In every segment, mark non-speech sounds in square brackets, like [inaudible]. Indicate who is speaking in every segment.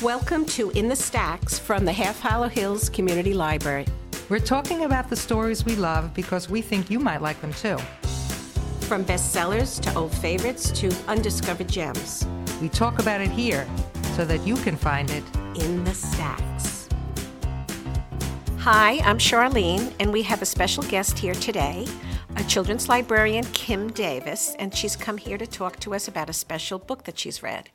Speaker 1: Welcome to In the Stacks from the Half Hollow Hills Community Library.
Speaker 2: We're talking about the stories we love because we think you might like them too.
Speaker 1: From bestsellers to old favorites to undiscovered gems.
Speaker 2: We talk about it here so that you can find it.
Speaker 1: In the Stacks. Hi, I'm Charlene, and we have a special guest here today, a children's librarian, Kim Davis, and she's come here to talk to us about a special book that she's read.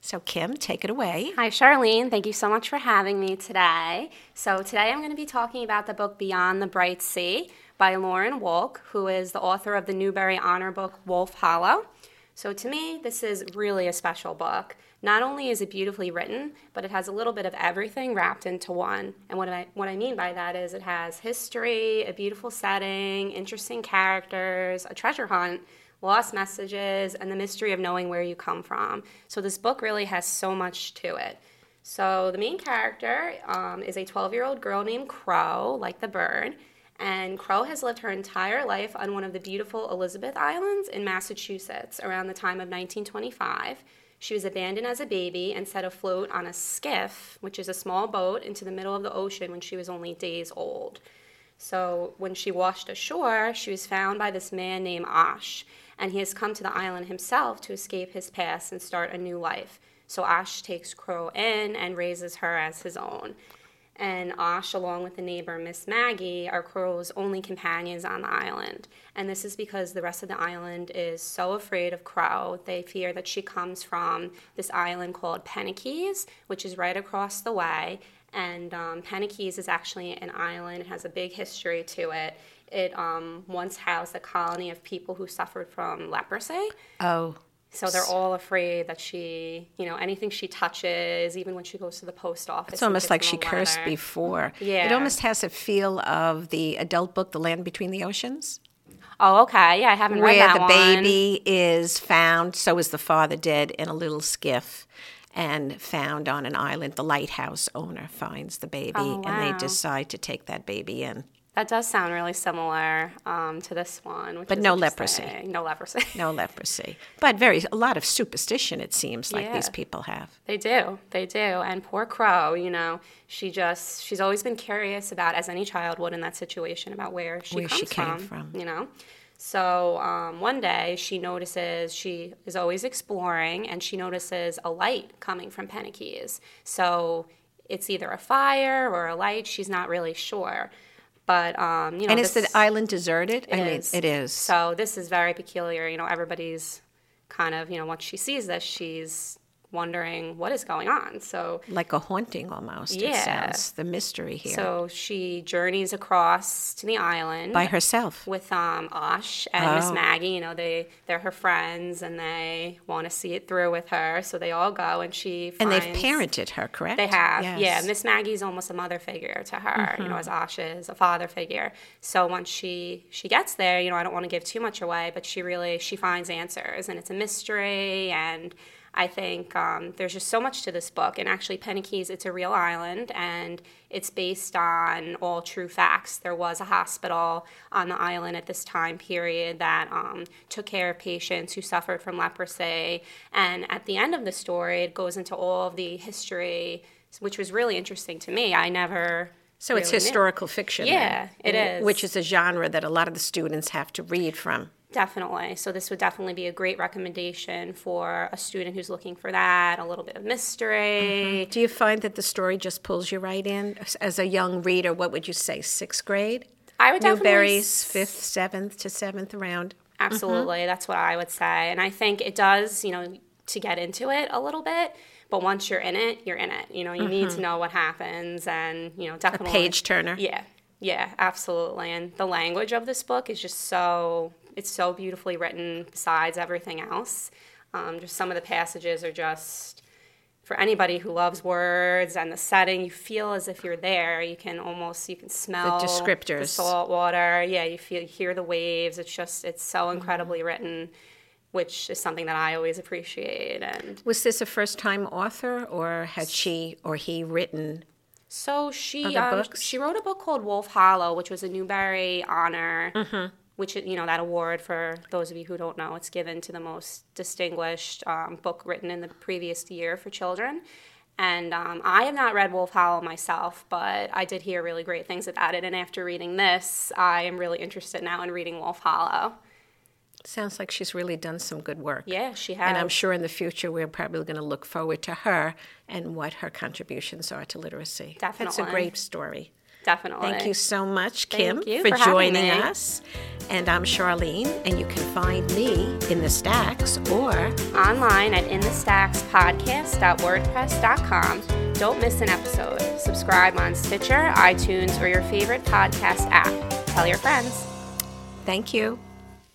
Speaker 1: So, Kim, take it away.
Speaker 3: Hi, Charlene. Thank you so much for having me today. So, today I'm going to be talking about the book Beyond the Bright Sea by Lauren Wolk, who is the author of the Newbery Honor book Wolf Hollow. So, to me, this is really a special book. Not only is it beautifully written, but it has a little bit of everything wrapped into one. And what I, what I mean by that is it has history, a beautiful setting, interesting characters, a treasure hunt, lost messages, and the mystery of knowing where you come from. So this book really has so much to it. So the main character um, is a 12-year-old girl named Crow, like the bird, and Crow has lived her entire life on one of the beautiful Elizabeth Islands in Massachusetts around the time of 1925. She was abandoned as a baby and set afloat on a skiff, which is a small boat, into the middle of the ocean when she was only days old. So when she washed ashore, she was found by this man named Ash, and he has come to the island himself to escape his past and start a new life. So Ash takes Crow in and raises her as his own. And Ash, along with the neighbor Miss Maggie, are Crow's only companions on the island. And this is because the rest of the island is so afraid of Crow. They fear that she comes from this island called Penakees, which is right across the way. And um, Penakees is actually an island, it has a big history to it. It um, once housed a colony of people who suffered from leprosy.
Speaker 2: Oh,
Speaker 3: So they're all afraid that she, you know, anything she touches, even when she goes to the post office.
Speaker 1: It's
Speaker 3: and
Speaker 1: almost
Speaker 3: gives
Speaker 1: like
Speaker 3: them
Speaker 1: she
Speaker 3: a
Speaker 1: cursed
Speaker 3: letter.
Speaker 1: before. It
Speaker 3: Yeah.
Speaker 1: almost has a feel of the adult book, The Land Between the Oceans.
Speaker 3: Oh, okay. Yeah, I haven't
Speaker 1: where
Speaker 3: read that
Speaker 1: the
Speaker 3: one.
Speaker 1: baby is found, so is the father dead in a little skiff and found on an island. The lighthouse owner finds the baby
Speaker 3: Oh,
Speaker 1: and they
Speaker 3: wow.
Speaker 1: decide to take that baby in.
Speaker 3: That does sound really similar um, to this one, which
Speaker 1: But
Speaker 3: is
Speaker 1: no leprosy.
Speaker 3: interesting. No leprosy.
Speaker 1: [laughs] No leprosy. But very a lot of superstition it seems like these
Speaker 3: Yeah.
Speaker 1: people have.
Speaker 3: They do. They do. And poor Crow, you know, she just she's always been curious about, as any child would in that situation, about where she
Speaker 1: Where
Speaker 3: comes
Speaker 1: she came
Speaker 3: from,
Speaker 1: from.
Speaker 3: You know. So um, one day she notices she is always exploring, and she notices a light coming from Penakees. So it's either a fire or a light. She's not really sure, but um, you know,
Speaker 1: And is the
Speaker 3: this-
Speaker 1: island deserted? I mean
Speaker 3: is.
Speaker 1: it is.
Speaker 3: So this is very peculiar. You know, everybody's kind of, you know, once she sees this, she's wondering what is going on. So
Speaker 1: like a haunting almost, it
Speaker 3: Yeah.
Speaker 1: sounds. The mystery here.
Speaker 3: so she journeys across to the island
Speaker 1: By herself.
Speaker 3: with um, Osh and Miss
Speaker 1: Oh.
Speaker 3: Maggie. You know, they they're her friends and they want to see it through with her. So they all go and she
Speaker 1: And
Speaker 3: finds,
Speaker 1: they've parented her, correct?
Speaker 3: They have,
Speaker 1: Yes.
Speaker 3: yeah. Miss Maggie's almost a mother figure to her, you know, as Ash is a father figure. So once she she gets there, you know, I don't want to give too much away, but she really she finds answers, and it's a mystery. And I think um, there's just so much to this book. And actually, Penakees, it's a real island, and it's based on all true facts. There was a hospital on the island at this time period that um, took care of patients who suffered from leprosy. And at the end of the story, it goes into all of the history which was really interesting to me. I never.
Speaker 1: So it's
Speaker 3: really knew.
Speaker 1: historical fiction.
Speaker 3: Yeah,
Speaker 1: then,
Speaker 3: it
Speaker 1: w-
Speaker 3: is.
Speaker 1: Which is a genre that a lot of the students have to read from.
Speaker 3: Definitely. So this would definitely be a great recommendation for a student who's looking for that, a little bit of mystery.
Speaker 1: Do you find that the story just pulls you right in? As- As a young reader, what would you say, sixth grade?
Speaker 3: I would definitely
Speaker 1: Newberry's
Speaker 3: s-
Speaker 1: fifth, seventh to seventh round.
Speaker 3: Absolutely. That's what I would say. And I think it does, you know, to get into it a little bit, but once you're in it, you're in it. You know, you need to know what happens and, you know, definitely
Speaker 1: Mm-hmm. Page turner.
Speaker 3: Yeah, yeah, absolutely. And the language of this book is just so it's so beautifully written. Besides everything else, um, just some of the passages are just for anybody who loves words and the setting. You feel as if you're there. You can almost you can smell
Speaker 1: descriptors.
Speaker 3: the salt water. Yeah, you feel you hear the waves. It's just it's so
Speaker 1: Mm-hmm.
Speaker 3: incredibly written. Which is something that I always appreciate, and
Speaker 1: Was this a first time author, or had she or he written?
Speaker 3: So she
Speaker 1: Other
Speaker 3: um,
Speaker 1: books?
Speaker 3: she wrote a book called Wolf Hollow, which was a Newbery honor,
Speaker 1: Mm-hmm.
Speaker 3: which you know that award for those of you who don't know, it's given to the most distinguished um, book written in the previous year for children. And um, I have not read Wolf Hollow myself, but I did hear really great things about it. And after reading this, I am really interested now in reading Wolf Hollow.
Speaker 1: Sounds like she's really done some good work.
Speaker 3: Yeah, she has.
Speaker 1: And I'm sure in the future we're probably going to look forward to her and what her contributions are to literacy. That's a
Speaker 3: Definitely.
Speaker 1: great story.
Speaker 3: Definitely.
Speaker 1: Thank you so much, Kim,
Speaker 3: Thank you
Speaker 1: for,
Speaker 3: for having
Speaker 1: joining
Speaker 3: me.
Speaker 1: us. And I'm Charlene, and you can find me in the stacks or
Speaker 3: Online at inthestackspodcast.wordpress.com. Don't miss an episode. Subscribe on Stitcher, iTunes, or your favorite podcast app. Tell your friends.
Speaker 1: thank you.